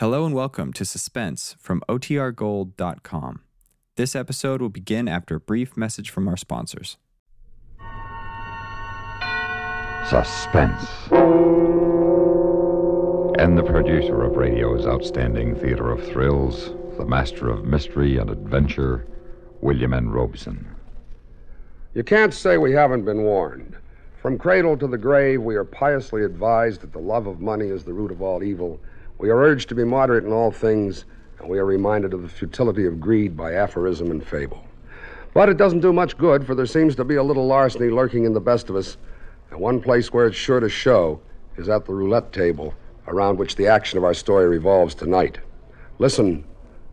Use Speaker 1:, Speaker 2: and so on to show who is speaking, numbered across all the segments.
Speaker 1: Hello and welcome to Suspense from OTRGold.com. This episode will begin after a brief message from our sponsors.
Speaker 2: Suspense. And the producer of radio's outstanding theater of thrills, the master of mystery and adventure, William N. Robeson.
Speaker 3: You can't say we haven't been warned. From cradle to the grave, we are piously advised that the love of money is the root of all evil. We are urged to be moderate in all things, and we are reminded of the futility of greed by aphorism and fable. But it doesn't do much good, for there seems to be a little larceny lurking in the best of us, and one place where it's sure to show is at the roulette table around which the action of our story revolves tonight. Listen,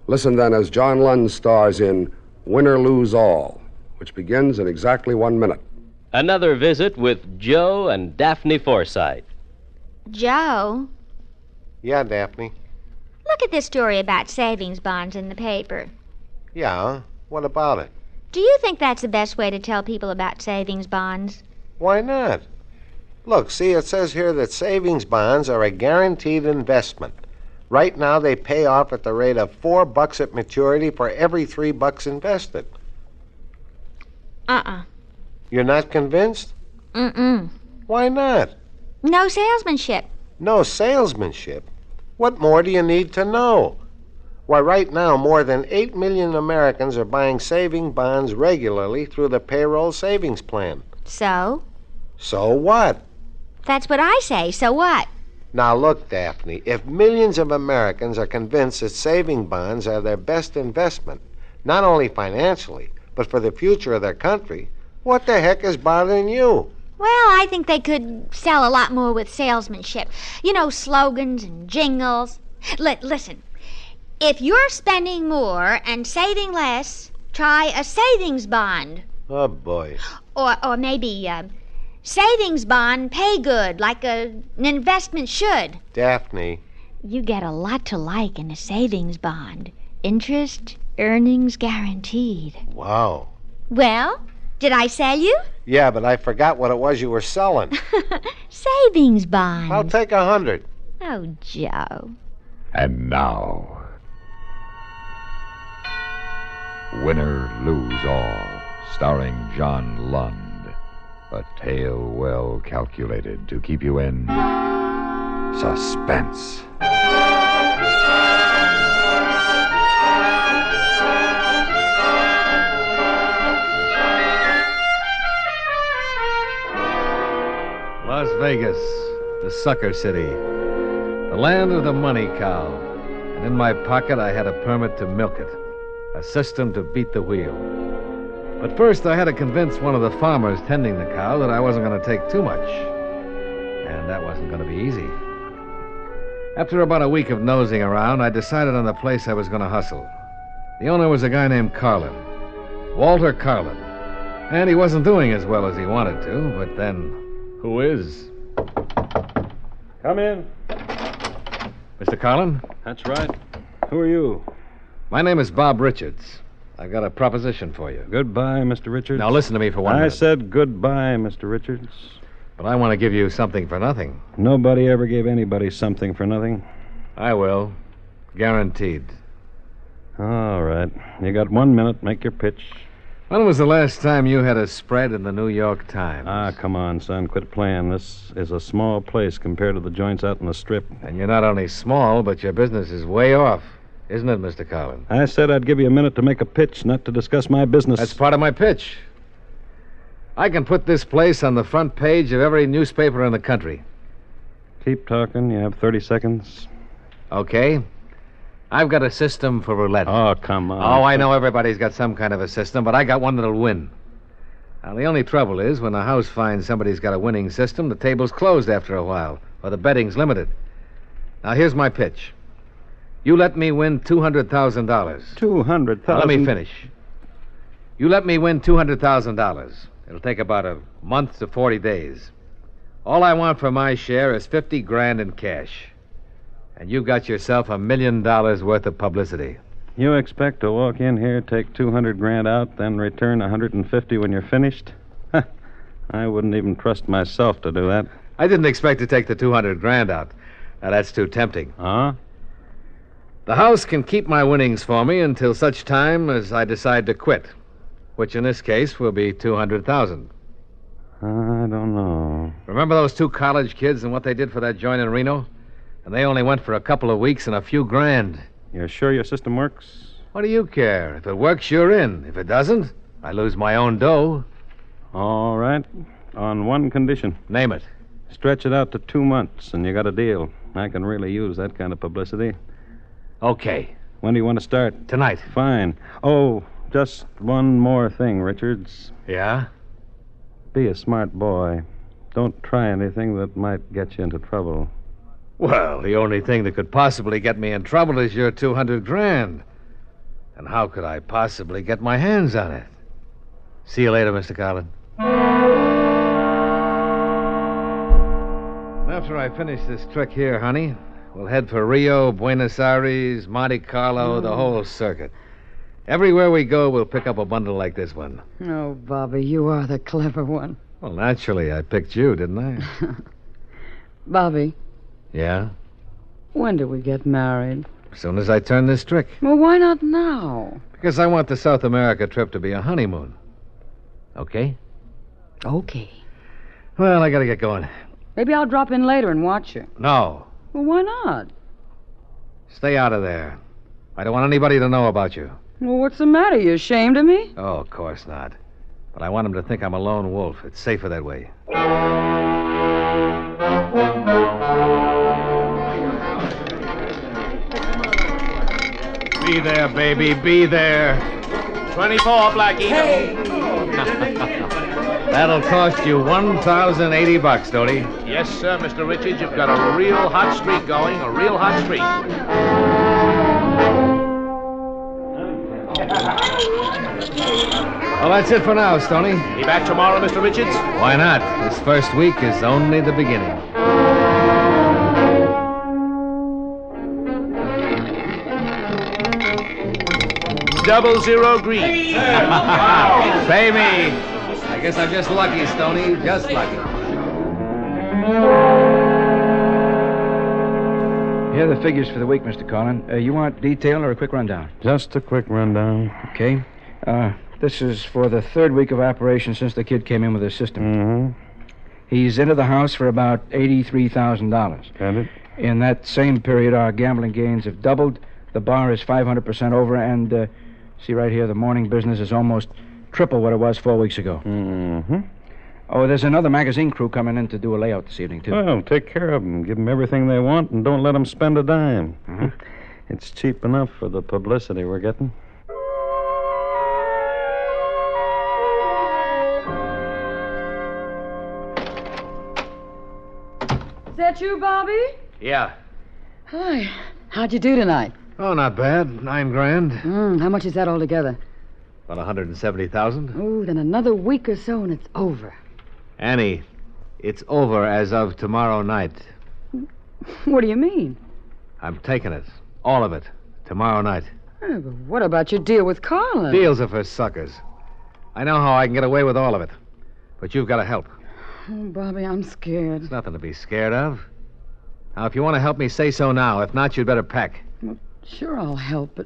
Speaker 3: listen then as John Lund stars in Win or Lose All, which begins in exactly one minute.
Speaker 4: Another visit with Joe and Daphne Forsythe.
Speaker 5: Joe,
Speaker 6: Yeah, Daphne.
Speaker 5: look at this story about savings bonds in the paper.
Speaker 6: Yeah, what about it?
Speaker 5: Do you think that's the best way to tell people about savings bonds?
Speaker 6: Why not? Look, see, it says here that savings bonds are a guaranteed investment. Right now, they pay off at the rate of four bucks at maturity for every three bucks invested.
Speaker 5: Uh uh
Speaker 6: You're not convinced?
Speaker 5: Mm mm.
Speaker 6: Why not?
Speaker 5: No salesmanship.
Speaker 6: No salesmanship. What more do you need to know? Why, right now, more than 8 million Americans are buying saving bonds regularly through the payroll savings plan.
Speaker 5: So?
Speaker 6: So what?
Speaker 5: That's what I say. So what?
Speaker 6: Now, look, Daphne, if millions of Americans are convinced that saving bonds are their best investment, not only financially, but for the future of their country, what the heck is bothering you?
Speaker 5: Well, I think they could sell a lot more with salesmanship. You know, slogans and jingles. Li- listen, if you're spending more and saving less, try a savings bond.
Speaker 6: Oh, boy.
Speaker 5: Or, or maybe uh, savings bond pay good like a, an investment should.
Speaker 6: Daphne,
Speaker 5: You get a lot to like in a savings bond. Interest, earnings guaranteed.
Speaker 6: wow.
Speaker 5: Well, did I sell you?
Speaker 6: Yeah, but I forgot what it was you were selling.
Speaker 5: savings bond.
Speaker 6: I'll take a hundred.
Speaker 5: oh, Joe.
Speaker 2: And now, Winner Lose All, starring John Lund. A tale well calculated to keep you in suspense.
Speaker 7: Las Vegas, the sucker city, the land of the money cow. And in my pocket, I had a permit to milk it, a system to beat the wheel. But first, I had to convince one of the farmers tending the cow that I wasn't going to take too much. And that wasn't going to be easy. After about a week of nosing around, I decided on the place I was going to hustle. The owner was a guy named Carlin, Walter Carlin. And he wasn't doing as well as he wanted to, but then, who is?
Speaker 8: Come in.
Speaker 7: Mr. Carlin,
Speaker 8: That's right. Who are you?
Speaker 7: my name is Bob Richards. I've got a proposition for you.
Speaker 8: Goodbye, Mr. Richards.
Speaker 7: Now listen to me for one
Speaker 8: I
Speaker 7: minute.
Speaker 8: said goodbye, Mr. Richards.
Speaker 7: But I want to give you something for nothing.
Speaker 8: Nobody ever gave anybody something for nothing.
Speaker 7: I will. Guaranteed.
Speaker 8: All right. You got one minute. Make your pitch.
Speaker 7: When was the last time you had a spread in the New York Times?
Speaker 8: Ah, come on, son. Quit playing. This is a small place compared to the joints out in the strip.
Speaker 7: and you're not only small, but your business is way off. Isn't it, Mr. Carlin?
Speaker 8: I said I'd give you a minute to make a pitch, not to discuss my business.
Speaker 7: That's part of my pitch. I can put this place on the front page of every newspaper in the country.
Speaker 8: Keep talking. You have 30 seconds.
Speaker 7: Okay? I've got a system for roulette.
Speaker 8: Oh, come on.
Speaker 7: Oh, I know everybody's got some kind of a system, but I got one that'll win. Now, the only trouble is when a house finds somebody's got a winning system, the table's closed after a while, or the betting's limited. Now, here's my pitch. You let me win $200,000.
Speaker 8: 200,000.
Speaker 7: Now, let me finish. You let me win $200,000. It'll take about a month to 40 days. All I want for my share is 50 grand in cash. And you got yourself a million dollars worth of publicity.
Speaker 8: You expect to walk in here, take 200 grand out, then return 150 when you're finished? Huh. I wouldn't even trust myself to do that.
Speaker 7: I didn't expect to take the 200 grand out. Now, that's too tempting.
Speaker 8: Huh?
Speaker 7: The house can keep my winnings for me until such time as I decide to quit, which in this case will be 200,000.
Speaker 8: I don't know.
Speaker 7: Remember those two college kids and what they did for that joint in Reno? And they only went for a couple of weeks and a few grand.
Speaker 8: You're sure your system works?
Speaker 7: What do you care? If it works, you're in. If it doesn't, I lose my own dough.
Speaker 8: All right. On one condition
Speaker 7: Name it.
Speaker 8: stretch it out to two months, and you got a deal. I can really use that kind of publicity.
Speaker 7: Okay.
Speaker 8: When do you want to start?
Speaker 7: Tonight.
Speaker 8: Fine. Oh, just one more thing, Richards.
Speaker 7: Yeah?
Speaker 8: Be a smart boy. Don't try anything that might get you into trouble.
Speaker 7: Well, the only thing that could possibly get me in trouble is your 200 grand. And how could I possibly get my hands on it? See you later, Mr. Carlin. After I finish this trick here, honey, we'll head for Rio, Buenos Aires, Monte Carlo, the whole circuit. Everywhere we go, we'll pick up a bundle like this one.
Speaker 9: Oh, Bobby, you are the clever one.
Speaker 7: Well, naturally, I picked you, didn't I?
Speaker 9: Bobby,
Speaker 7: yeah?
Speaker 9: when do we get married?
Speaker 7: As soon as I turn this trick.
Speaker 9: Well, why not now?
Speaker 7: Because I want the South America trip to be a honeymoon. Okay?
Speaker 9: Okay.
Speaker 7: Well, I gotta get going.
Speaker 9: Maybe I'll drop in later and watch you.
Speaker 7: No.
Speaker 9: Well, why not?
Speaker 7: Stay out of there. I don't want anybody to know about you.
Speaker 9: Well, what's the matter? You ashamed of me?
Speaker 7: Oh, of course not. But I want him to think I'm a lone wolf. It's safer that way. Be there, baby. Be there.
Speaker 4: 24, Blackie.
Speaker 7: That'll cost you 1,080 bucks, Dodie.
Speaker 4: Yes, sir, Mr. Richards. You've got a real hot streak going, a real hot streak.
Speaker 7: Well, that's it for now, Stoney.
Speaker 4: Be back tomorrow, Mr. Richards?
Speaker 7: Why not? This first week is only the beginning.
Speaker 4: Double zero green.
Speaker 7: Pay me. I guess I'm just lucky, Stoney. Just lucky.
Speaker 10: Here are the figures for the week, Mr. Collin. Uh, you want detail or a quick rundown?
Speaker 8: Just a quick rundown.
Speaker 10: Okay. Uh, this is for the third week of operation since the kid came in with his system.
Speaker 8: Mm-hmm.
Speaker 10: He's into the house for about $83,000.
Speaker 8: Got it?
Speaker 10: In that same period, our gambling gains have doubled. The bar is 500% over, and uh, see right here, the morning business is almost triple what it was four weeks ago.
Speaker 8: Mm-hmm.
Speaker 10: Oh, there's another magazine crew coming in to do a layout this evening, too.
Speaker 8: Well, take care of 'em. Give 'em everything they want and don't let 'em spend a dime.
Speaker 7: Mm-hmm.
Speaker 10: Mhm.
Speaker 8: It's cheap enough for the publicity we're getting.
Speaker 9: Is that you, Bobby?
Speaker 7: Yeah.
Speaker 9: Hi. How'd you do tonight?
Speaker 7: Oh, not bad. Nine grand.
Speaker 9: Mm, how much is that altogether?
Speaker 7: About 170,000.
Speaker 9: Oh, then another week or so and it's over.
Speaker 7: Annie, it's over as of tomorrow night.
Speaker 9: What do you mean?
Speaker 7: I'm taking it. All of it. Tomorrow night.
Speaker 9: Eh, but what about your deal with Carlin?
Speaker 7: Deals are for suckers. I know how I can get away with all of it. But you've got to help.
Speaker 9: Oh, Bobby, I'm scared.
Speaker 7: Nothing to be scared of. Now, if you want to help me, say so now. If not, you'd better pack.
Speaker 9: Sure, I'll help, but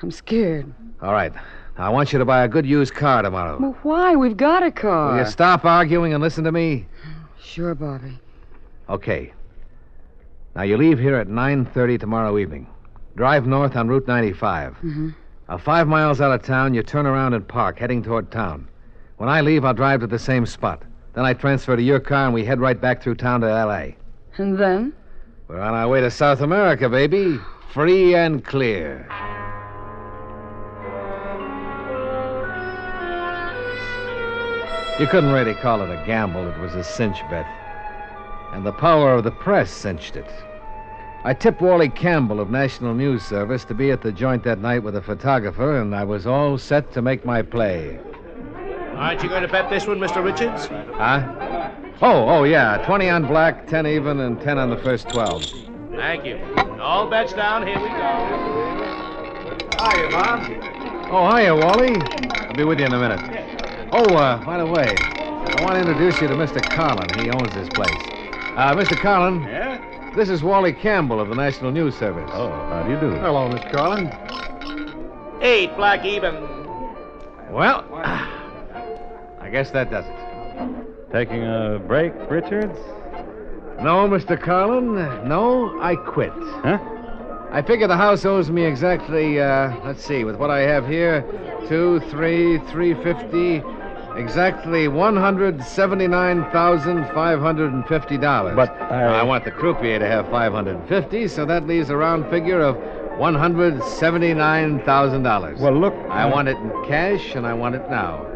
Speaker 9: I'm scared.
Speaker 7: All right. Now, I want you to buy a good used car tomorrow.
Speaker 9: Well, uh, why? We've got a car.
Speaker 7: Will you stop arguing and listen to me?
Speaker 9: Sure, Bobby.
Speaker 7: Okay. Now you leave here at 9:30 tomorrow evening. Drive north on Route 95. Now, five miles out of town, you turn around and park, heading toward town. When I leave, I'll drive to the same spot. Then I transfer to your car and we head right back through town to L.A.
Speaker 9: And then?
Speaker 7: We're on our way to South America, baby. Free and clear. You couldn't really call it a gamble. It was a cinch bet. And the power of the press cinched it. I tipped Wally Campbell of National News Service to be at the joint that night with a photographer, and I was all set to make my play.
Speaker 4: Aren't you going to bet this one, Mr. Richards?
Speaker 7: Huh? Oh, oh, yeah. 20 on black, 10 even, and 10 on the first 12.
Speaker 4: Thank you. All bets down. Here we go.
Speaker 7: Hiya, Bob. Oh, hiya, Wally. I'll be with you in a minute. Oh, uh, by the way, I want to introduce you to Mr. Carlin. He owns this place. Uh, Mr. Carlin. Yeah? This is Wally Campbell of the National News Service. Oh, how do you do? Hello, Miss Carlin.
Speaker 4: Eight, black even.
Speaker 7: Well, I guess that does it.
Speaker 8: Taking a break, Richards?
Speaker 7: No, Mr. Carlin. No, I quit.
Speaker 8: Huh?
Speaker 7: I figure the house owes me exactly, uh, let's see, with what I have here, two, three, three fifty, exactly one hundred seventy-nine thousand five hundred and fifty dollars.
Speaker 8: But
Speaker 7: I
Speaker 8: I.
Speaker 7: want the croupier to have five hundred and fifty, so that leaves a round figure of one hundred seventy-nine thousand dollars.
Speaker 8: Well, look.
Speaker 11: uh,
Speaker 7: I want it in cash, and I want it now.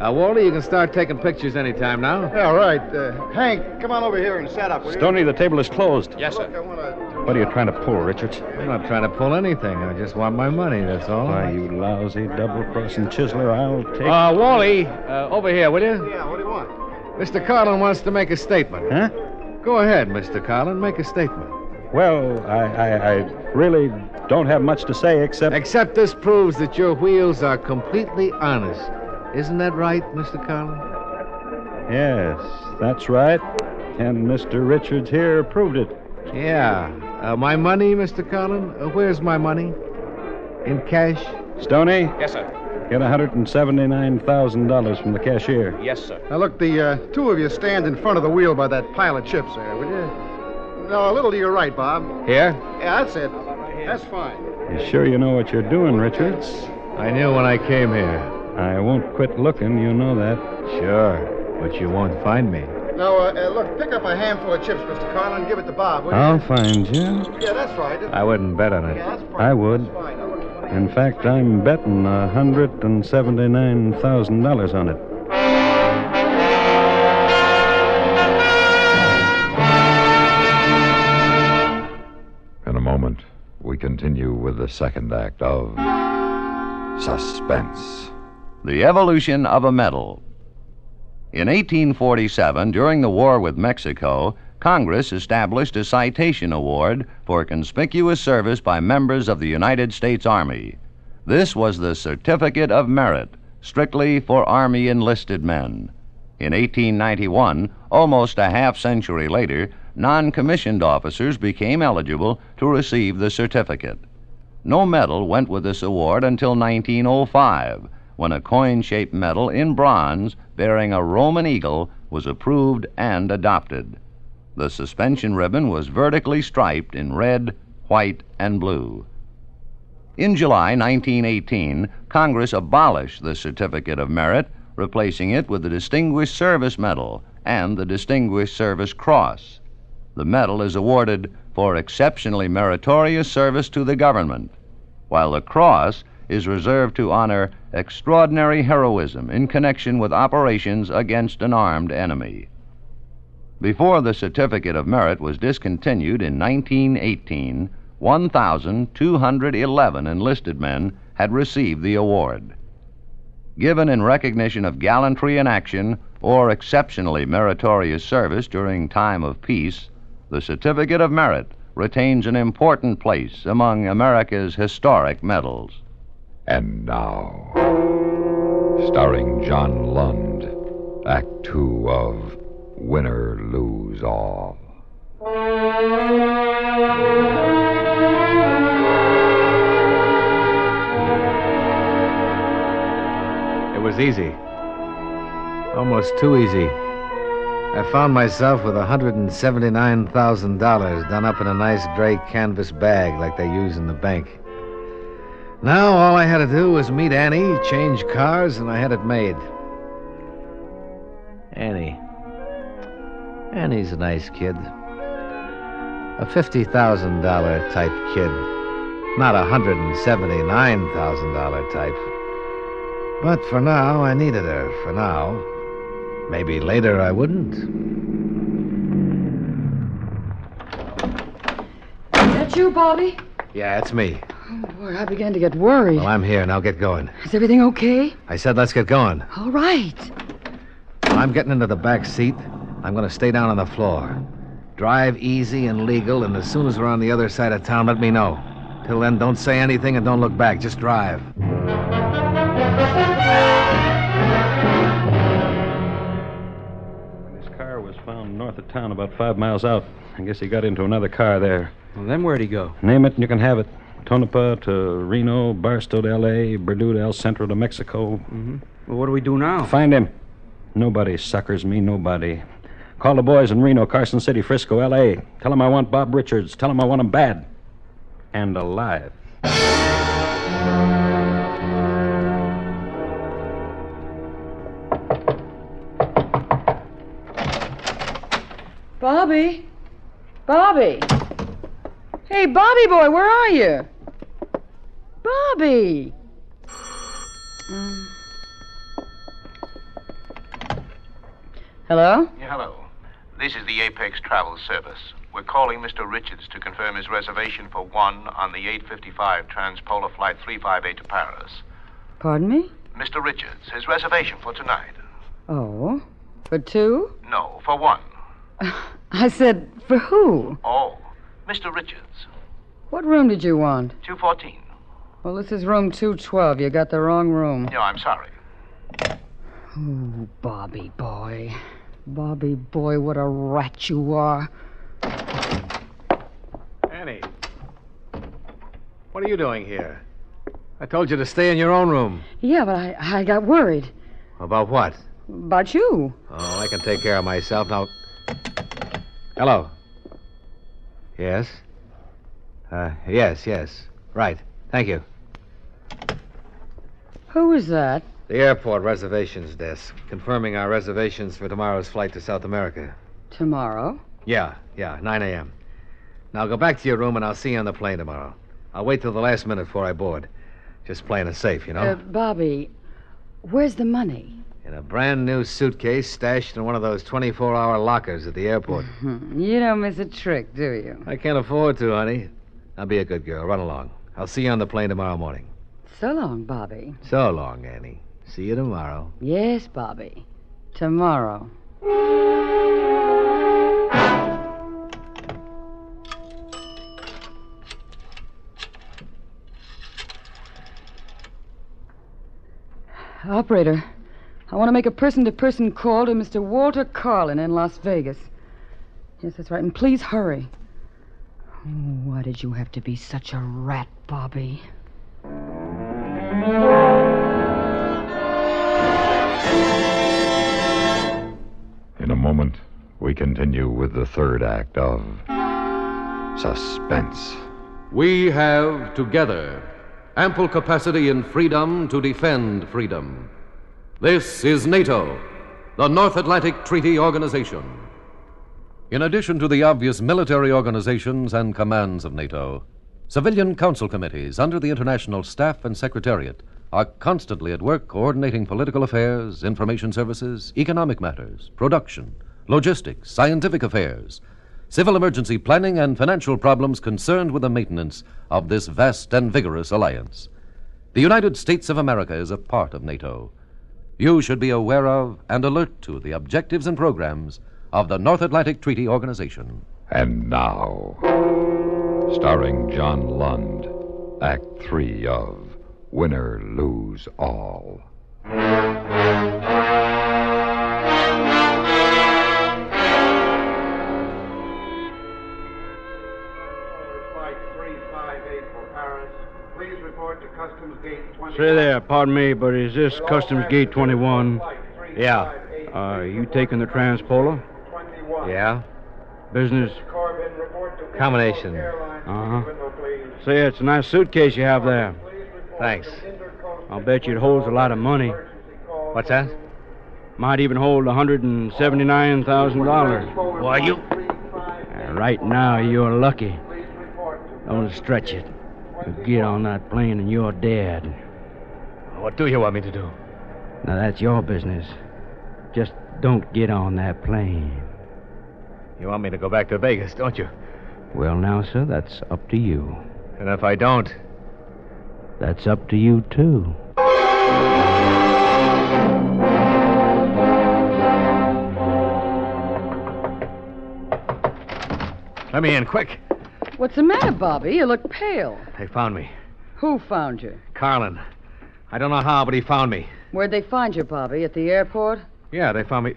Speaker 7: Uh, Wally, you can start taking pictures anytime now.
Speaker 11: All right. Uh, Hank, come on over here and set up. will you?
Speaker 8: Stoney, the table is closed.
Speaker 11: Yes, sir. Look, I want to.
Speaker 8: What are you trying to pull, Richards?
Speaker 7: I'm not trying to pull anything. I just want my money, that's all.
Speaker 8: Why, you lousy double crossing chiseler, I'll take.
Speaker 7: Uh, Wally, uh, over here, will you?
Speaker 11: Yeah, what do you want?
Speaker 7: Mr. Carlin wants to make a statement.
Speaker 8: Huh?
Speaker 7: Go ahead, Mr. Carlin, make a statement.
Speaker 8: Well, I, I, I really don't have much to say except.
Speaker 7: Except this proves that your wheels are completely honest. Isn't that right, Mr. Carlin?
Speaker 8: Yes, that's right. And Mr. Richards here proved it.
Speaker 7: Yeah. Uh, my money, Mr. Carlin? Uh, where's my money? In cash?
Speaker 8: Stoney,
Speaker 11: Yes, sir.
Speaker 8: get $179,000 from the cashier.
Speaker 11: Yes, sir.
Speaker 12: Now, look, the uh, two of you stand in front of the wheel by that pile of chips there, will you? No, a little to your right, Bob.
Speaker 7: Here?
Speaker 12: Yeah, that's it. That's fine.
Speaker 8: You sure you know what you're doing, Richards?
Speaker 7: I knew when I came here.
Speaker 8: I won't quit looking, you know that.
Speaker 7: Sure, but you won't find me.
Speaker 12: Now, uh, uh, look, pick up a handful of chips, Mr. Carlin, and give it to Bob, will you?
Speaker 8: I'll find you.
Speaker 12: Yeah, that's right.
Speaker 7: I wouldn't bet on
Speaker 12: Yeah,
Speaker 7: it.
Speaker 12: that's fine.
Speaker 8: I would.
Speaker 12: That's fine. Now, look, you wanna-
Speaker 8: In fact, I'm betting $179,000 on it.
Speaker 2: In a moment, we continue with the second act of Suspense.
Speaker 13: The Evolution of a Metal. In 1847, during the war with Mexico, Congress established a Citation Award for conspicuous service by members of the United States Army. This was the Certificate of Merit, strictly for Army enlisted men. In 1891, almost a half century later, non commissioned officers became eligible to receive the certificate. No medal went with this award until 1905, when a coin shaped medal in bronze bearing a Roman eagle was approved and adopted. The suspension ribbon was vertically striped in red, white, and blue. In July 1918, Congress abolished the Certificate of Merit, replacing it with the Distinguished Service Medal and the Distinguished Service Cross. The medal is awarded for exceptionally meritorious service to the government, while the cross is reserved to honor extraordinary heroism in connection with operations against an armed enemy. Before the Certificate of Merit was discontinued in 1918, 1,211 enlisted men had received the award. Given in recognition of gallantry in action or exceptionally meritorious service during time of peace, the Certificate of Merit retains an important place among America's historic medals.
Speaker 2: And now, starring John Lund, Act Two of Winner Lose All.
Speaker 7: It was easy. Almost too easy. I found myself with $179,000 done up in a nice gray canvas bag like they use in the bank. Now all I had to do was meet Annie, change cars, and I had it made. Annie. Annie's a nice kid. A $50,000 type kid. Not a $179,000 type. But for now, I needed her. For now. Maybe later I wouldn't.
Speaker 9: Is that you, Bobby? Oh,
Speaker 7: Yeah, it's me.
Speaker 9: Boy, I began to get worried.
Speaker 7: Well, I'm here, and I'll get going.
Speaker 9: Is everything okay?
Speaker 7: I said, let's get going.
Speaker 9: All right.
Speaker 7: I'm getting into the back seat. I'm going to stay down on the floor. Drive easy and legal, and as soon as we're on the other side of town, let me know. Till then, don't say anything and don't look back. Just drive.
Speaker 8: This car was found north of town about five miles out. I guess he got into another car there.
Speaker 10: Well, then where'd he go?
Speaker 8: Name it and you can have it. Tonopah to Reno, Barstow to L.A., Purdue to El Centro to Mexico.
Speaker 10: Mm-hmm. Well, what do we do now?
Speaker 8: Find him. Nobody suckers me, nobody. Call the boys in Reno, Carson City, Frisco, L.A. Tell them I want Bob Richards. Tell them I want him bad. And alive.
Speaker 9: Bobby? Bobby? Hey, Bobby boy, where are you? Bobby! Mm. Hello?
Speaker 14: Yeah, hello. This is the Apex Travel Service. We're calling Mr. Richards to confirm his reservation for one on the 855 Transpolar Flight 358 to Paris.
Speaker 9: Pardon me?
Speaker 14: Mr. Richards, his reservation for tonight.
Speaker 9: Oh. For two?
Speaker 14: No, for one.
Speaker 9: I said, for who?
Speaker 14: Oh, Mr. Richards,
Speaker 9: What room did you want?
Speaker 14: 214.
Speaker 9: Well, this is room 212. You got the wrong room.
Speaker 14: No, I'm sorry.
Speaker 9: Ooh, Bobby boy. Bobby boy, what a rat you are.
Speaker 7: Annie, what are you doing here? I told you to stay in your own room.
Speaker 9: Yeah, but I, I got worried
Speaker 7: About what?
Speaker 9: about you.
Speaker 7: Oh, I can take care of myself now. Hello. Yes. Uh, yes, yes. Right. Thank you.
Speaker 9: Who is that?
Speaker 7: The airport reservations desk, confirming our reservations for tomorrow's flight to South America.
Speaker 9: Tomorrow?
Speaker 7: Yeah, yeah, 9 a.m. Now go back to your room and I'll see you on the plane tomorrow. I'll wait till the last minute before I board. Just playing it safe, you know?
Speaker 9: Uh, Bobby, where's the money?
Speaker 7: in a brand new suitcase stashed in one of those 24 hour lockers at the airport.
Speaker 9: You don't miss a trick, do you?
Speaker 7: I can't afford to, honey. Now be a good girl. Run along. I'll see you on the plane tomorrow morning.
Speaker 9: So long, Bobby.
Speaker 7: So long, Annie. See you tomorrow.
Speaker 9: Yes, Bobby. Tomorrow. Operator, I want to make a person to person call to Mr. Walter Carlin in Las Vegas. Yes, that's right. And please hurry. Oh, Why did you have to be such a rat, Bobby?
Speaker 2: In a moment, we continue with the third act of Suspense.
Speaker 15: We have together ample capacity in freedom to defend freedom. This is NATO, the North Atlantic Treaty Organization. In addition to the obvious military organizations and commands of NATO, civilian council committees under the International Staff and Secretariat are constantly at work coordinating political affairs, information services, economic matters, production, logistics, scientific affairs, civil emergency planning, and financial problems concerned with the maintenance of this vast and vigorous alliance. The United States of America is a part of NATO. You should be aware of and alert to the objectives and programs of the North Atlantic Treaty Organization.
Speaker 2: And now, starring John Lund, Act Three of Winner Lose All.
Speaker 11: Flight 358 for Paris. Please report to Customs Gate 20.
Speaker 10: Say there, pardon me, but is this Customs Gate 21?
Speaker 11: Yeah.
Speaker 10: Are you taking the transpolar?
Speaker 7: Yeah.
Speaker 10: Business?
Speaker 11: Corbin, report to
Speaker 10: Combination. Uh huh. Say, it's a nice suitcase you have there.
Speaker 7: Thanks.
Speaker 10: I'll bet you it holds a lot of money.
Speaker 7: What's that?
Speaker 10: Might even hold $179,000.
Speaker 7: Why, you.
Speaker 10: Right now, you're lucky. Don't stretch it. You get on that plane and you're dead.
Speaker 7: What do you want me to do?
Speaker 10: Now, that's your business. Just don't get on that plane.
Speaker 7: You want me to go back to Vegas, don't you?
Speaker 10: Well, now, sir, that's up to you.
Speaker 7: And if I don't,
Speaker 10: That's up to you, too.
Speaker 7: let me in quick.
Speaker 9: What's the matter, Bobby? You look pale.
Speaker 7: They found me.
Speaker 9: Who found you?
Speaker 7: Carlin. I don't know how, but he found me.
Speaker 9: Where'd they find you, Bobby? At the airport?
Speaker 7: Yeah, they found me.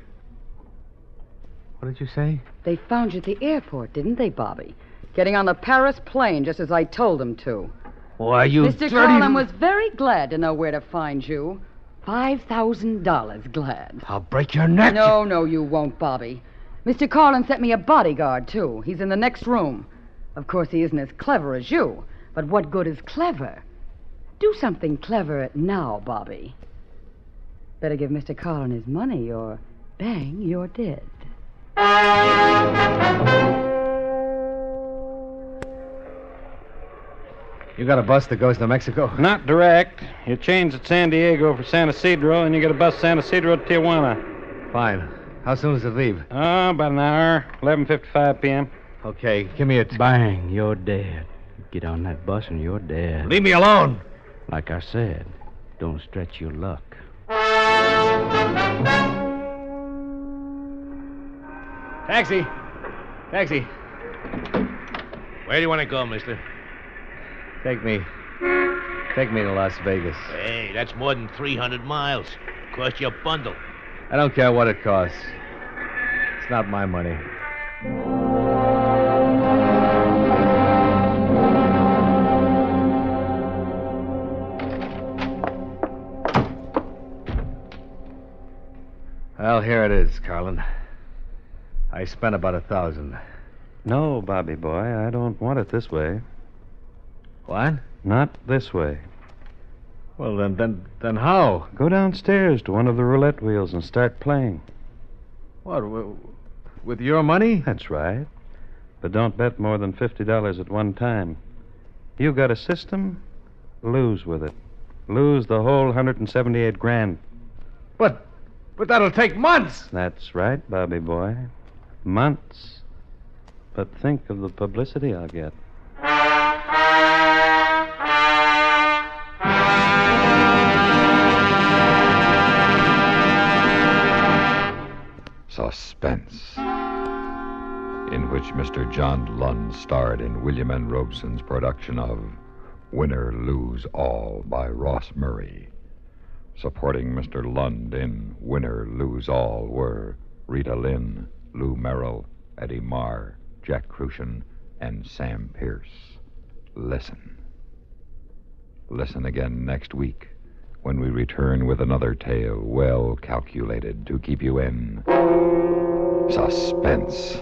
Speaker 16: What did you say?
Speaker 9: They found you at the airport, didn't they, Bobby? Getting on the Paris plane just as I told them to.
Speaker 16: Why, you
Speaker 9: Mr.
Speaker 16: dirty...
Speaker 9: Carlin was very glad to know where to find you. $5,000 glad.
Speaker 16: I'll break your neck.
Speaker 9: No, no, you won't, Bobby. Mr. Carlin sent me a bodyguard, too. He's in the next room. Of course, he isn't as clever as you, but what good is clever? Do something clever now, Bobby. Better give Mr. Carlin his money, or bang, you're dead.
Speaker 7: You got a bus that goes to Mexico?
Speaker 8: Not direct. You change at San Diego for San Isidro, and you get a bus San Isidro to Tijuana.
Speaker 7: Fine. How soon does it leave?
Speaker 8: Oh, about an hour. 11.55 p.m.
Speaker 7: Okay, give me it.
Speaker 10: Bang, you're dead. Get on that bus and you're dead.
Speaker 7: Leave me alone.
Speaker 10: Like I said, don't stretch your luck.
Speaker 7: Taxi. Taxi.
Speaker 17: Where do you want to go, mister?
Speaker 7: Take me. Take me to Las Vegas.
Speaker 17: Hey, that's more than 300 miles. Cost you a bundle.
Speaker 7: I don't care what it costs. It's not my money. Well, here it is, Carlin. I spent about a thousand.
Speaker 8: No, Bobby boy, I don't want it this way.
Speaker 7: What?
Speaker 8: Not this way.
Speaker 7: Well, then, then, then how?
Speaker 8: Go downstairs to one of the roulette wheels and start playing.
Speaker 7: What? w- With your money?
Speaker 8: That's right. But don't bet more than $50 at one time. You got a system, lose with it. Lose the whole 178 grand.
Speaker 7: But, but that'll take months.
Speaker 8: That's right, Bobby boy. Months. But think of the publicity I'll get.
Speaker 2: Suspense, in which Mr. John Lund starred in William N. Robeson's production of Winner Lose All by Ross Murray. Supporting Mr. Lund in Winner Lose All were Rita Lynn, Lou Merrill, Eddie Marr, Jack Crucian, and Sam Pierce. Listen. Listen again next week when we return with another tale well calculated to keep you in suspense.